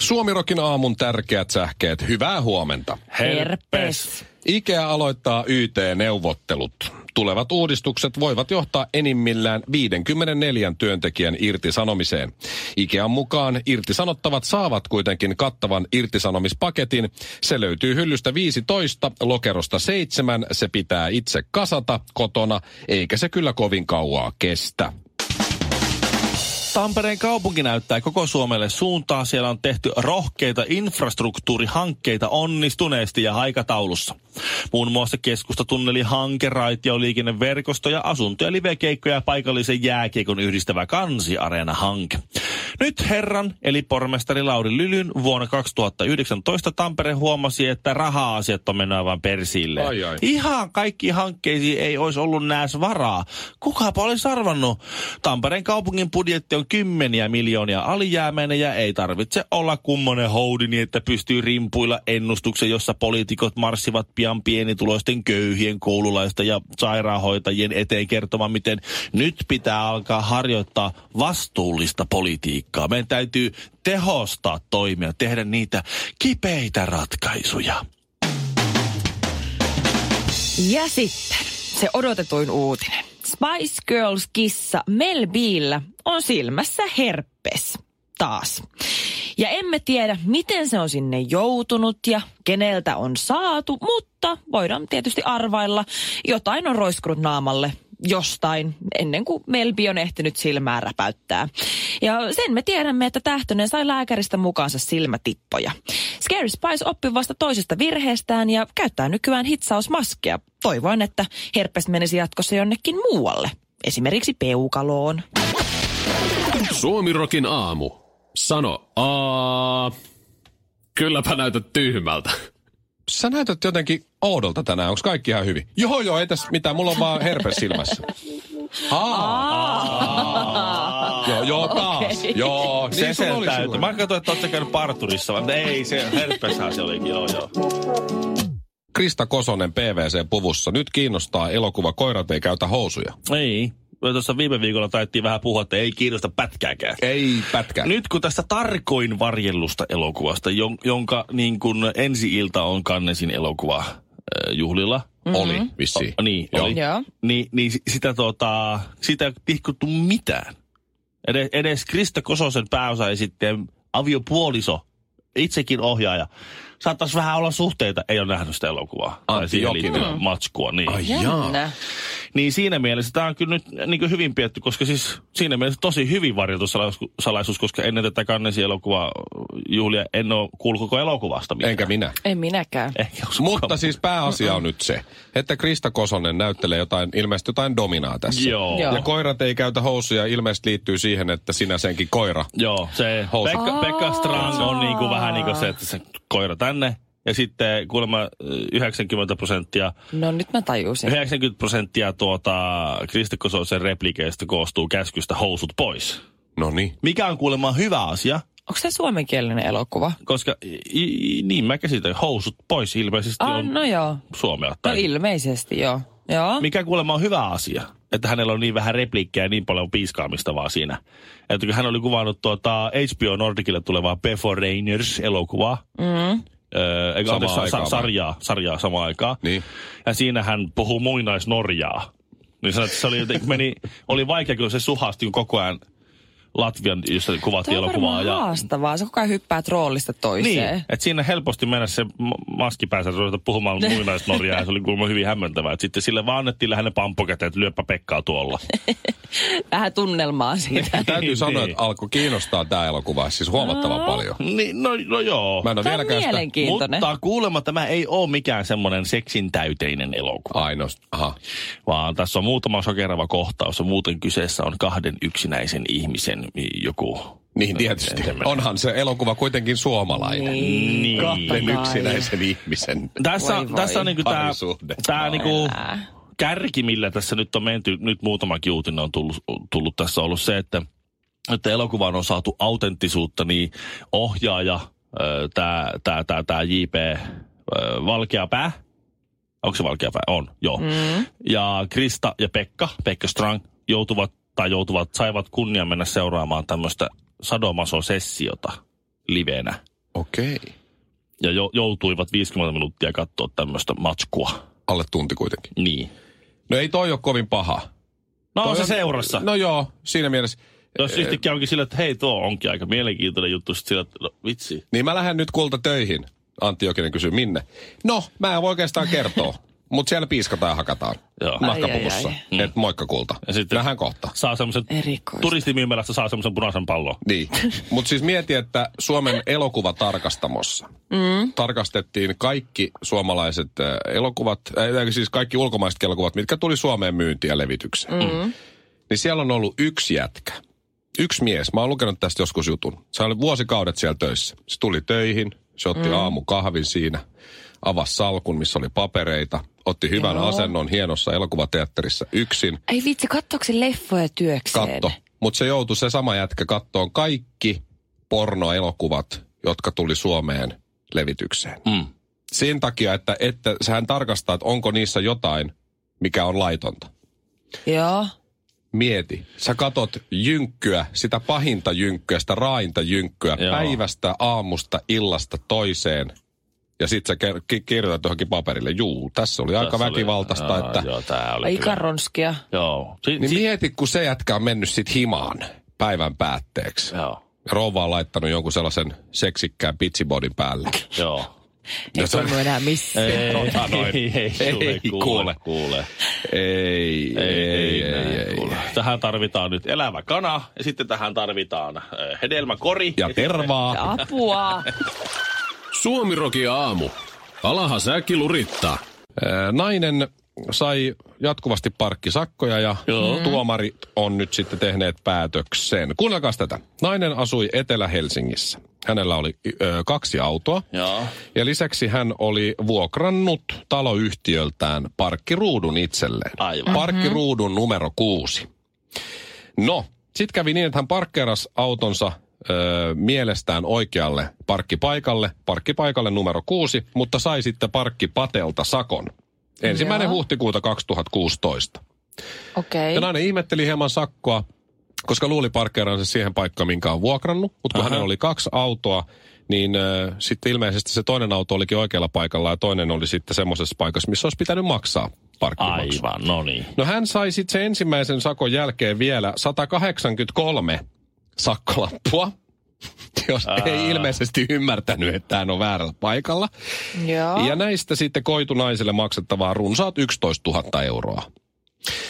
Suomirokin aamun tärkeät sähkeet. Hyvää huomenta. Herpes. Ikea aloittaa YT-neuvottelut. Tulevat uudistukset voivat johtaa enimmillään 54 työntekijän irtisanomiseen. Ikean mukaan irtisanottavat saavat kuitenkin kattavan irtisanomispaketin. Se löytyy hyllystä 15, lokerosta 7. Se pitää itse kasata kotona, eikä se kyllä kovin kauaa kestä. Tampereen kaupunki näyttää koko Suomelle suuntaa. Siellä on tehty rohkeita infrastruktuurihankkeita onnistuneesti ja aikataulussa. Muun muassa keskustatunneli, hanke, raitioliikenneverkosto ja asunto- ja livekeikkoja ja paikallisen jääkiekon yhdistävä kansiareena-hanke. Nyt herran, eli pormestari Lauri Lylyn, vuonna 2019 Tampere huomasi, että raha-asiat on mennyt aivan persille. Ai ai. Ihan kaikki hankkeisiin ei olisi ollut nääs varaa. Kukapa olisi arvannut? Tampereen kaupungin budjetti on kymmeniä miljoonia alijäämäinen ja ei tarvitse olla kummonen houdi niin, että pystyy rimpuilla ennustuksen, jossa poliitikot marssivat pian pienituloisten köyhien koululaista ja sairaanhoitajien eteen kertomaan, miten nyt pitää alkaa harjoittaa vastuullista politiikkaa. Meidän täytyy tehostaa toimia, tehdä niitä kipeitä ratkaisuja. Ja sitten se odotetuin uutinen. Spice Girls-kissa Mel Billä on silmässä herpes. Taas. Ja emme tiedä, miten se on sinne joutunut ja keneltä on saatu, mutta voidaan tietysti arvailla, jotain on roiskunut naamalle jostain ennen kuin Melbi on ehtinyt silmää räpäyttää. Ja sen me tiedämme, että Tähtönen sai lääkäristä mukaansa silmätippoja. Scary Spice oppi vasta toisesta virheestään ja käyttää nykyään hitsausmaskia. Toivoin, että herpes menisi jatkossa jonnekin muualle, esimerkiksi peukaloon. Suomirokin aamu. Sano A. Kylläpä näytät tyhmältä. Sä näytät jotenkin oudolta tänään. Onko kaikki ihan hyvin? Joo, joo, ei tässä mitään. Mulla on vaan herpes silmässä. Aa. Joo, joo, taas. Okei. Joo, Se niin sulla oli seltäytyy. Mä silloin. katsoin, että ootte käynyt parturissa, vaan ei, se herpeshän se olikin, joo joo. Krista Kosonen PVC-puvussa. Nyt kiinnostaa elokuva Koirat ei käytä housuja. Ei. Tuossa viime viikolla taittiin vähän puhua, että ei kiinnosta pätkääkään. Ei pätkää. Nyt kun tästä tarkoin varjellusta elokuvasta, jon- jonka niin kun ensi-ilta on Kannesin elokuva äh, juhlilla. Oli vissiin. O- niin, Joo. oli. Joo. Niin, niin si- sitä, tota, sitä ei pihkuttu mitään. Edes, edes Krista Kososen pääosa sitten aviopuoliso, itsekin ohjaaja. Saattaisi vähän olla suhteita, ei ole nähnyt sitä elokuvaa. Antti siihen Jokinen. liittyvää matskua, niin. Ai Jännä. Niin siinä mielessä tämä on kyllä nyt niin kuin hyvin pietty, koska siis siinä mielessä tosi hyvin varjeltu salaisuus- salaisuus, koska ennen tätä kannesi elokuvaa juhlia en ole kuullut koko elokuvasta mitään. Enkä minä. En minäkään. Ehkä jos Mutta siis pääasia on nyt se, että Krista Kosonen näyttelee jotain, ilmeisesti jotain dominaa tässä. Joo. Joo. Ja koirat ei käytä housuja, ilmeisesti liittyy siihen, että sinä senkin koira. Joo, se Housu. Pekka, Pekka Strand on niin kuin Aa. vähän niin kuin se, että se koira tänne. Ja sitten kuulemma äh, 90 prosenttia, No nyt mä tajusin. 90 prosenttia tuota Krista Kososen replikeistä koostuu käskystä housut pois. No niin. Mikä on kuulemma hyvä asia, Onko se suomenkielinen elokuva? koska i, i, niin mä käsitän, housut pois ilmeisesti Ah, on no joo. Suomea. No Tai ilmeisesti, joo. Joo. mikä kuulemma on hyvä asia, että hänellä on niin vähän repliikkejä ja niin paljon piiskaamista vaan siinä. Että kun hän oli kuvannut tuota HBO Nordicille tulevaa Before Rainers-elokuvaa, Mm. öö, eikä, Samaan anteeksi, sa- aikaan sa- vai? sarjaa, sarjaa samaan aikaan. Niin. Ja siinä hän puhuu muinaisnorjaa. Niin sanoi, että se oli, jotenkin- meni, oli vaikea, kun se suhasti kun koko ajan Latvian, jossa kuvattiin Tämä on elokuvaa. varmaan Ja, haastavaa. Se koko ajan hyppäät roolista toiseen. Niin, että siinä helposti mennä se ma- maski päässä ruveta puhumaan muinaisnorjaa ja se oli kuulemma hyvin hämmentävää. Et sitten sille vaan annettiin lähinnä pamppukäteen, että lyöpä Pekkaa tuolla. Vähän tunnelmaa siitä. Täytyy Niin, sanoa, niin. että alkoi kiinnostaa tämä elokuva, siis huomattavan paljon. niin, no, no joo. Mä en ole Tämä on vieläkään sitä mielenkiintoinen. Mutta kuulemma tämä ei ole mikään semmoinen seksin täyteinen elokuva, ainoastaan. Aha. vaan tässä on muutama sokerava kohtaus ja muuten kyseessä on kahden yksinäisen ihmisen joku. Niin tietysti. No, En- en- Onhan se elokuva kuitenkin suomalainen. Niin. Kahden yksinäisen ihmisen. Tässä, Voi on- voi. tässä on niinku tää, Parisuhde. tää niinku Älä. kärki, millä tässä nyt on menty, nyt muutama kiutinen on tullut, tullut tässä ollut se, että, että elokuvaan on saatu autenttisuutta, niin ohjaaja, tämä tää, tää, tää JP ö, Valkeapää, onko se Valkeapää? On, joo. Mm. Ja Krista ja Pekka, Pekka Strang, joutuvat tai joutuvat, saivat kunnian mennä seuraamaan tämmöistä sadomaso-sessiota livenä. Okei. Ja jo, joutuivat 50 minuuttia katsoa tämmöistä matskua. Alle tunti kuitenkin. Niin. No ei toi ole kovin paha. No on Toi se seurassa. No joo, siinä mielessä. Jos No siis yhtäkkiä onkin sillä, että hei, tuo onkin aika mielenkiintoinen juttu, sit sillä, että no, vitsi. Niin mä lähden nyt kulta töihin. Antti Jokinen kysyy, minne? No, mä en voi oikeastaan kertoa. Mutta siellä piiskataan ja hakataan. Joo. Nahkapuvussa. Ai, Mm. Et moikka kulta. Ja sitten- Nähdään kohta. Saa semmoisen, Erikoista. turistimyymälässä saa semmoisen punaisen pallon. Niin. Mutta siis mieti, että Suomen elokuvatarkastamossa mm. tarkastettiin kaikki suomalaiset äh, elokuvat, äh, ei, siis kaikki ulkomaiset elokuvat, mitkä tuli Suomeen myyntiin ja levitykseen. Mm. Niin siellä on ollut yksi jätkä, yksi mies. Mä oon lukenut tästä joskus jutun. Se oli vuosikaudet siellä töissä. Se tuli töihin, se otti mm. aamukahvin siinä, avasi salkun, missä oli papereita, otti hyvän Joo. asennon hienossa elokuvateatterissa yksin – Ei vitsi, katsoiko se leffoja työkseen? katto. Mutta se joutui se sama jätkä kattoon kaikki pornoelokuvat, jotka tuli Suomeen levitykseen. Mm. Sen takia, että, että hän tarkastaa, että onko niissä jotain, mikä on laitonta. Joo. Mieti, sä katot jynkkyä, sitä pahinta jynkkyä, sitä raainta jynkkyä, Joo. Joo. päivästä, aamusta, illasta toiseen. Ja sit sä ker- ki- kirjoitat johonkin paperille, juu, tässä oli aika Tässä oli- väkivaltaista, joo, että... Joo, tää oli Ai kyllä. karonskia. Joo. Si, Niin si, mieti, kun se jätkä on mennyt sit himaan päivän päätteeksi. joo. rouva on laittanut jonkun sellaisen seksikkään pitsibodin päälle. Joo. Ei No se- tunnu enää missään. Ei, tota noin. ei, ei, Ei, kuule, kuule, kuule. kuule. Ei, Ei, ei, ei, ei, ei, kuule. Tähän tarvitaan nyt elävä kana ja sitten tähän tarvitaan ö, hedelmäkori. Ja tervaa. Apua. Suomirokin aamu. Alaha säkki lurittaa. Ää, Nainen sai jatkuvasti parkkisakkoja ja Joo. tuomarit on nyt sitten tehneet päätöksen. Kuunnelkaas tätä. Nainen asui Etelä-Helsingissä. Hänellä oli ö, kaksi autoa. Joo. Ja lisäksi hän oli vuokrannut taloyhtiöltään parkkiruudun itselleen. Aivan. Parkkiruudun numero kuusi. No, sitten kävi niin, että hän parkkeerasi autonsa ö, mielestään oikealle parkkipaikalle, parkkipaikalle numero kuusi, mutta sai sitten parkkipatelta sakon. Ensimmäinen Joo. huhtikuuta 2016. Okei. Ja nainen ihmetteli hieman sakkoa, koska luuli parkkeeransa siihen paikkaan, minkä on vuokrannut. Mutta kun Aha. hänellä oli kaksi autoa, niin äh, sitten ilmeisesti se toinen auto olikin oikealla paikalla ja toinen oli sitten semmoisessa paikassa, missä olisi pitänyt maksaa parkkimaksu. Aivan, no niin. No hän sai sitten sen ensimmäisen sakon jälkeen vielä 183 sakkolappua, jos ei ilmeisesti ymmärtänyt, että hän on väärällä paikalla. Joo. no, Ja näistä sitten koitu naiselle maksettavaa runsaat 11 000 euroa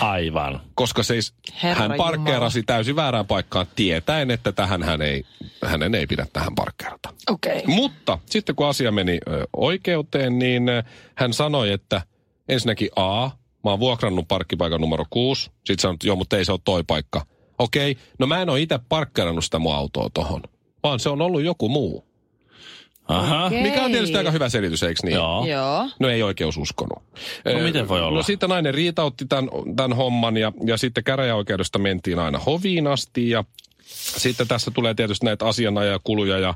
Aivan. koska siis Herra Herra hän parkkeerasi täysin väärään paikkaan tietäen, että tähän hän ei, hänen ei pidä tähän parkkeerata. Okei. Mutta sitten kun asia meni ö, oikeuteen, niin ö, hän sanoi, että ensinnäkin A, mä oon vuokrannut parkkipaikan numero 6. Sitten sanoi, että joo, mutta ei se ole toi paikka. Okei, no mä en ole itse parkkeerannut sitä mun autoa tohon, vaan se on ollut joku muu. Aha. Okei. Mikä on tietysti aika hyvä selitys, eikö niin? Joo. Joo. No ei oikeus uskonut. Eh, miten voi olla? No sitten nainen riitautti tämän, tämän homman ja, ja sitten käräjäoikeudesta mentiin aina hoviin asti ja sitten tässä tulee tietysti näitä asianajakuluja ja,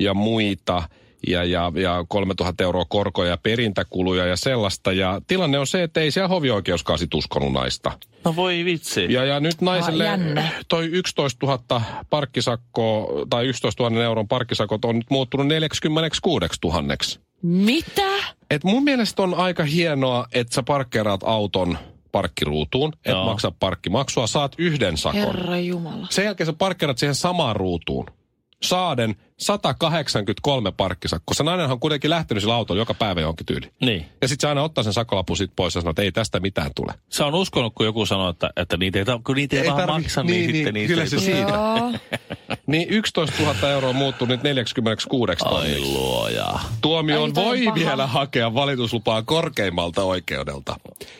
ja muita ja, ja, ja 3000 euroa korkoja ja perintäkuluja ja sellaista. Ja tilanne on se, että ei siellä hovioikeuskaan sit uskonut naista. No voi vitsi. Ja, ja nyt naiselle jännä. toi 11 000 parkkisakkoa tai 11 000 euron parkkisakot on nyt muuttunut 46 000 Mitä? et mun mielestä on aika hienoa, että sä parkkeeraat auton parkkiruutuun, et Joo. maksa parkkimaksua, saat yhden sakon. Herra Jumala. Sen jälkeen sä parkkeerat siihen samaan ruutuun. Saaden 183 parkkisakko. Se nainenhan on kuitenkin lähtenyt sillä autolla joka päivä johonkin tyyliin. Niin. Ja sitten se aina ottaa sen sakkolapun sit pois ja sanoo, että ei tästä mitään tule. Se on uskonut, kun joku sanoo, että, että niitä ei, ta- kun niitä ei, Ei ei vähän tarvi- maksa, niin, niin, niin, sitten niitä kyllä ei se tule. si- Siitä. Joo. Niin 11 000 euroa muuttuu nyt 46 Ai tonniksi. luoja. Tuomioon Ai, Ai, toi on voi paha. vielä hakea valituslupaa korkeimmalta oikeudelta.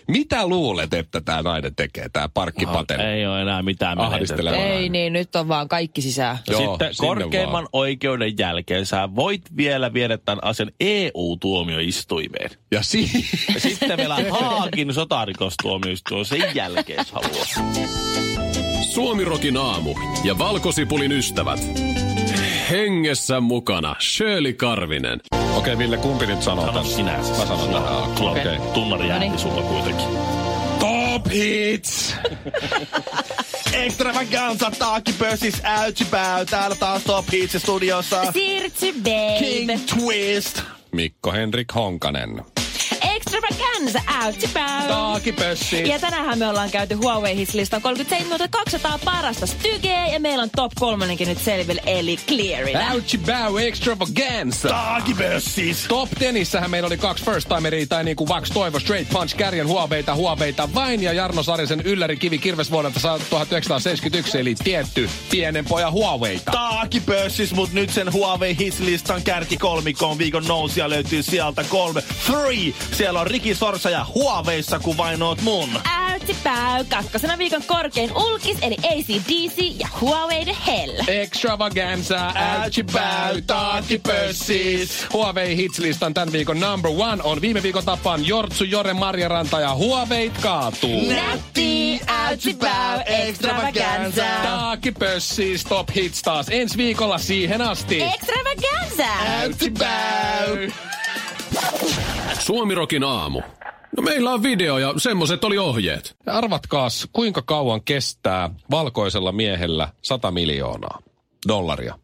Mitä luulet, että tämä nainen tekee, tämä parkkipateni? Ei ole enää mitään Ahdistelevaa. menetettävää. Ei niin, nyt on vaan kaikki sisään. Ja Joo, Sitten sinne korkeimman vaan. oikeuden jälkeen sä voit vielä viedä tämän asian EU-tuomioistuimeen. Ja si- Ja sitten vielä Haagin sotarikostuomioistuin sen jälkeen, jos haluaa. Suomirokin aamu ja valkosipulin ystävät. Hengessä mukana Shirley Karvinen. Okei, Ville, kumpi nyt sanoo Sano tässä? sinä. Mä sanon tähän. Okei. Okay. Tunnari ääni Noniin. sulla kuitenkin. Top hits! Extravaganza, taakipössis, äytsipää. Täällä taas Top Hits studiossa. Sirtsi babe, Twist. Mikko Henrik Honkanen. extravaganza out to bow. Taakipössi. Ja tänäänhän me ollaan käyty Huawei Hits-listan 37 200 parasta stygeä ja meillä on top kolmonenkin nyt selville eli Clearillä. Ouchi bow extravaganza. Taakipössis. Top Tenissähän meillä oli kaksi first timeria, tai niin kuin Vax Toivo, Straight Punch, Kärjen huoveita, huoveita vain, ja Jarno Sarisen ylläri kivi kirves vuodelta 1971, eli tietty pienen pojan huoveita. Taakipössis, mut nyt sen Huawei Hits-listan kärkikolmikon viikon nousia löytyy sieltä kolme. Three! Siellä on Riki Sorsa ja Huaweissa, kun vain oot mun. Out to bow, kakkosena viikon korkein ulkis eli ACDC ja Huawei the Hell. Extravaganza, ouchi bow, taakipössis. Huawei hitslistan tämän viikon number one on viime viikon tapaan Jortsu, Jore, Marja Ranta ja Huaweit kaatuu. Nätti, out to bow, extravaganza. Taakipössis, top hits taas ensi viikolla siihen asti. Extravaganza! Ouchi bow. Suomirokin aamu. No meillä on video ja semmoset oli ohjeet. Arvatkaas, kuinka kauan kestää valkoisella miehellä 100 miljoonaa dollaria?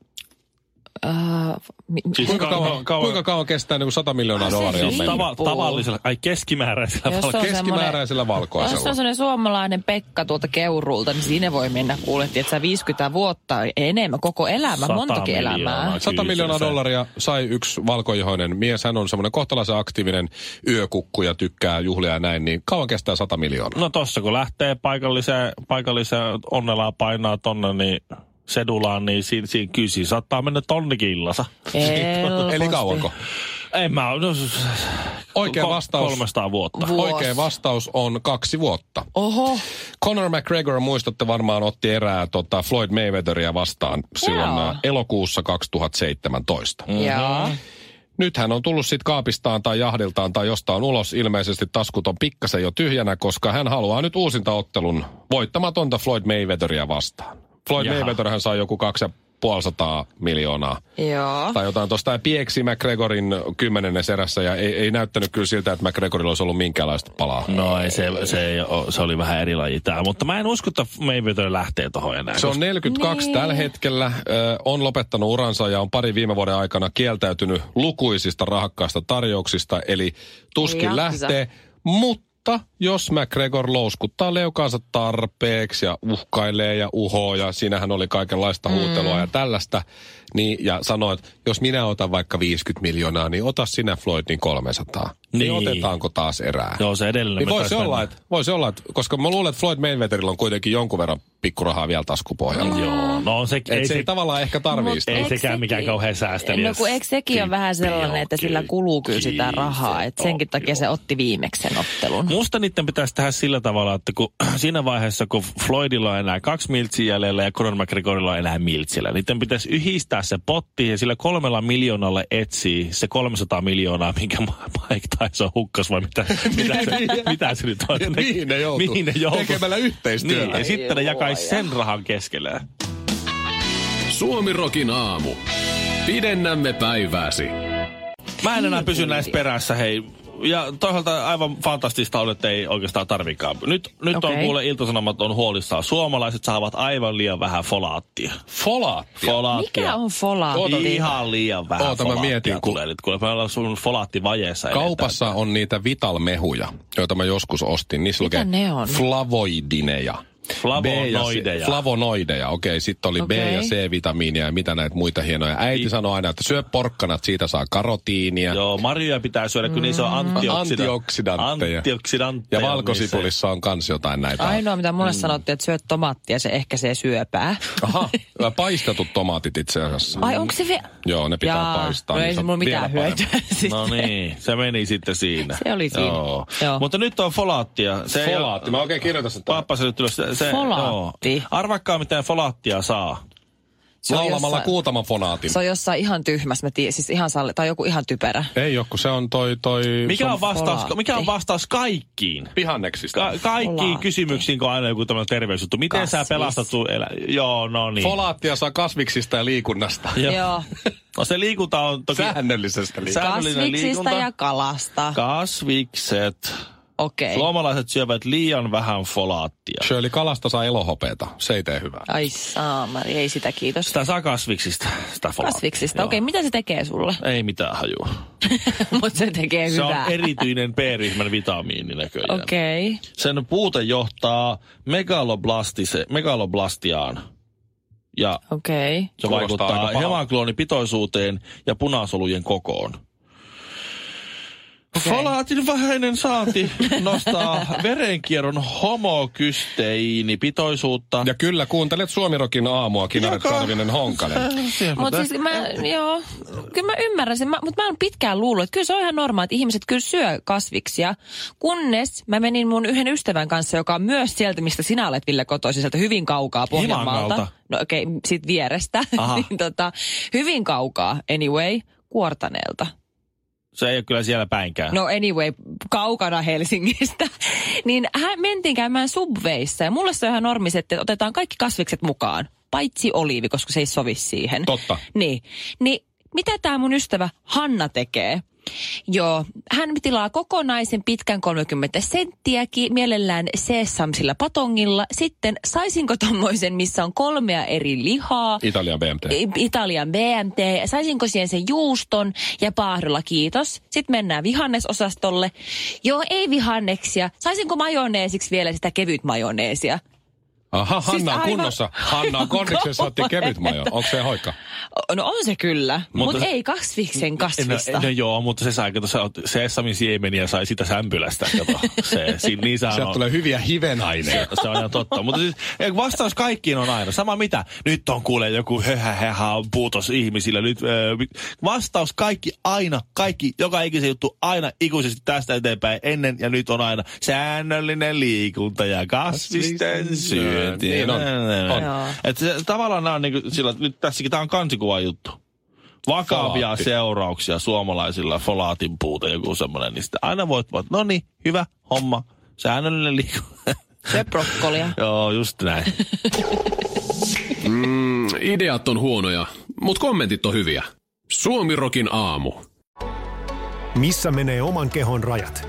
Kuinka kauan, kuinka kauan kestää niin kuin 100 miljoonaa Ah, se dollaria on siis mennyt? Tava, tavallisella, ai keskimääräisellä Jos valko- on Keskimääräisellä Jos on valkoisella. sellainen suomalainen Pekka tuolta Keurulta, niin siinä voi mennä kuule, että 50 vuotta enemmän, koko elämä, Sata montakin miljoonaa. elämää. 100 Kyllä se miljoonaa se- dollaria sai yksi valkoihoinen mies. Hän on semmoinen kohtalaisen aktiivinen yökukku ja tykkää juhlia ja näin. Niin kauan kestää 100 miljoonaa? No tossa kun lähtee paikalliseen, paikalliseen onnelaa painaa tonne, niin sedulaan, niin siinä, siinä kysi saattaa mennä tonnikin illansa. Helposti. Eli kauanko? En mä, no, s- Oikea ko- vastaus, 300 vuotta. Vuosi. oikea vastaus on kaksi vuotta. Oho, Conor McGregor, muistatte varmaan, otti erää tota Floyd Mayweatheria vastaan silloin Joo. ä, elokuussa 2017. mm-hmm. joo. Nyt hän on tullut sitten kaapistaan tai jahdiltaan tai jostain ulos. Ilmeisesti taskut on pikkasen jo tyhjänä, koska hän haluaa nyt uusinta ottelun voittamatonta Floyd Mayweatheria vastaan. Floyd Jaha. Mayweather hän sai joku 250 miljoonaa Joo. tai jotain tuosta. Ja pieksi McGregorin kymmenennes erässä ja ei, ei näyttänyt kyllä siltä, että McGregorilla olisi ollut minkäänlaista palaa. No ei, se, se, ei oo, se oli vähän eri laji tää, mutta mä en usko, että Mayweather lähtee tohon enää. Se on 42 niin. tällä hetkellä, ö, on lopettanut uransa ja on pari viime vuoden aikana kieltäytynyt lukuisista rahakkaista tarjouksista, eli tuskin Ei jaksa. lähtee. Mutta jos McGregor louskuttaa leukaansa tarpeeksi ja uhkailee ja uhoo ja siinähän oli kaikenlaista huutelua ja tällaista, niin, ja sanoo, että jos minä otan vaikka 50 miljoonaa, niin ota sinä Floyd niin 300. Niin, Niin. niin otetaanko taas erää? Joo, se edellinen. Niin me voisi taisi olla, mennä. että, voisi olla, että, koska mä luulen, että Floyd Mayweatherilla on kuitenkin jonkun verran pikkurahaa vielä taskupohjalla. Mm. Joo, no on se, Et ei se ei tavallaan ehkä tarvii Mut sitä. ei eikö sekään mikään kauhean säästeliäs No kun eikö sekin ole vähän sellainen, että sillä tyyppi kuluu ole, kyllä sitä kyllä rahaa. se Että senkin on, takia joo. se otti viimeksi sen ottelun. Musta niiden pitäisi tehdä sillä tavalla, että kun siinä vaiheessa, kun Floydilla on enää kaksi miltsiä jäljellä ja Conor McGregorilla on enää miltsillä, niiden pitäisi yhdistää se potti ja sillä kolmella miljoonalla etsii se 300 miljoonaa, minkä Ma- Mike Tyson hukkas vai mitä, mitä, se, mitä se nyt on. Mihin Niin. ne joutuu? Mihin ne joutuu? Tekemällä yhteistyötä. Niin, ja Ei sitten ne jakaisi sen rahan keskellä. Suomirokin aamu. Pidennämme päivääsi. Mä en enää pysy näissä perässä, hei. Ja toisaalta aivan fantastista on, että ei oikeastaan tarvikaan. Nyt, nyt okay. on Okei. kuule iltasanomat on huolissaan. Suomalaiset saavat aivan liian vähän folaattia. Folaattia. Folaattia. Mikä on folaatti? Ihan liian vähän Oota, mä folaattia mietin, kun- tulee nyt. Kuule, me ollaan sun folaattivajeessa. Kaupassa on niitä Vital-mehuja, joita mä joskus ostin. Niissä lukee ne on? flavoidineja. Flavonoideja. B ja C- Flavonoideja, okei. Sitten oli B Okei. ja C-vitamiinia ja mitä näitä muita hienoja. Äiti sanoi aina, että syö porkkanat, siitä saa karotiinia. Joo, marjoja pitää syödä, kun niissä on Mm. antioksidantteja. Mm. Antioksidantteja. Antioksidantteja. Ja valkosipulissa on kans jotain näitä. Ainoa, mitä mulle mm. sanottiin, että syöt tomaattia, se ehkäisee syöpää. Aha, paistetut tomaatit itse asiassa. Ai onko se vielä? Joo, ne pitää paistaa. No niin ei se on mulla mitään vielä parempi. hyötyä sitten. No niin, se meni sitten siinä. Se oli siinä. Joo. Joo. Mutta nyt on folaattia. Se ei Folaatti, ole- mä oikein kirjoitan sen. tänne. Pappasen nyt ylös. Se, se, Folaatti. Joo. Arvakkaa, miten folaattia saa. Se on Laulamalla jossain- kuutaman fonaatin. Se on jossain ihan tyhmässä, mä tiedän, siis ihan salli, tai joku ihan typerä. Ei joku, se on toi, toi Mikä on vastaus, folaatti. mikä on vastaus kaikkiin? pihanneksista. Ka- kaikkiin Folaatti. kysymyksiin, kun on aina joku tämmöinen terveysjuttu. Miten sä Kasvis. pelastat sun elä... Joo, no niin. Folaattia saa kasviksista ja liikunnasta. Joo. Joo. No se liikunta on toki... Säännöllisestä liikunnasta. Säännöllinen Kasviksista ja kalasta. Kasvikset. Okei. Suomalaiset syövät liian vähän folaattia. Shirley Kalasta saa elohopeeta. Se ei tee hyvää. Ai saamari, ei sitä kiitos. Sitä saa kasviksista, sitä folaattia. Kasviksista, Joo. okei, mitä se tekee sulle? Ei mitään hajua. Mutta se tekee Se on hyvää. erityinen B-ryhmän vitamiini näköjään. Okei. Sen puute johtaa megaloblastise, megaloblastiaan. Ja se Okei. Kuulostaa aika vaikuttaa pahalta. hemaglonipitoisuuteen ja punasolujen kokoon. Okay. Folaatin vähäinen saanti nostaa verenkierron homokysteiinipitoisuutta. Ja kyllä, kuuntelet Suomirokin aamua, Kinaret Joka- Äh, Karvinen Honkanen. Mutta siis mä, joo, kyllä mä ymmärrän sen, mutta mä oon pitkään luullut, että kyllä se on ihan normaali, että ihmiset kyllä syö kasviksia, kunnes mä menin mun yhden ystävän kanssa, joka on myös sieltä, mistä sinä olet Ville kotoisin, sieltä hyvin kaukaa Pohjanmaalta. Himangalta. No okei, okay, siitä vierestä, Aha. niin tota, hyvin kaukaa anyway, Kuortaneelta. Se ei ole kyllä siellä päinkään. No anyway, kaukana Helsingistä. niin hän mentiin käymään subveissa ja mulle se on ihan normis, että otetaan kaikki kasvikset mukaan. Paitsi oliivi, koska se ei sovi siihen. Totta. Niin. niin mitä tämä mun ystävä Hanna tekee? Joo, hän tilaa kokonaisen pitkän 30 senttiäkin, mielellään sesamsilla patongilla. Sitten saisinko tommoisen, missä on kolmea eri lihaa? Italian BMT. I- Italian BMT, saisinko siihen sen juuston ja paahdolla, kiitos. Sitten mennään vihannesosastolle. Joo, ei vihanneksia. Saisinko majoneesiksi vielä sitä kevyt majoneesia? Aha, Siis Hanna on aivan- kunnossa. Hanna on aivan konniksessa, otti kauheeta. kevyt majo. Onko se hoikka? O- No on se kyllä, mutta se- ei kasviksen kasvista. No, no joo, mutta se sai, kato, sä oot- se Samin siemeniä sai sitä sämpylästä, kato. Se, si, niin sehän Sieltä on. tulee hyviä hivenaineita. Se on ihan totta. Mutta siis ei, vastaus kaikkiin on aina. Sama mitä. Nyt on kuule joku höhähähä on puutos ihmisillä. Nyt, öö, mi- vastaus kaikki aina, kaikki, joka ikisen juttu aina ikuisesti tästä eteenpäin ennen ja nyt on aina säännöllinen liikunta ja kasvisten syönti. Niin on. On. Joo. Et se, tavallaan nämä on niin kuin sillä, nyt tässäkin tämä on kansikuva juttu. Vakavia Folaatti. seurauksia suomalaisilla folaatin puute, joku semmoinen, niin sitten aina voit vaan, no niin, hyvä homma, säännöllinen liikunta. Syö brokkolia. Joo, just näin. Ideat on huonoja, mutta kommentit on hyviä. Suomirokin aamu. Missä menee oman kehon rajat?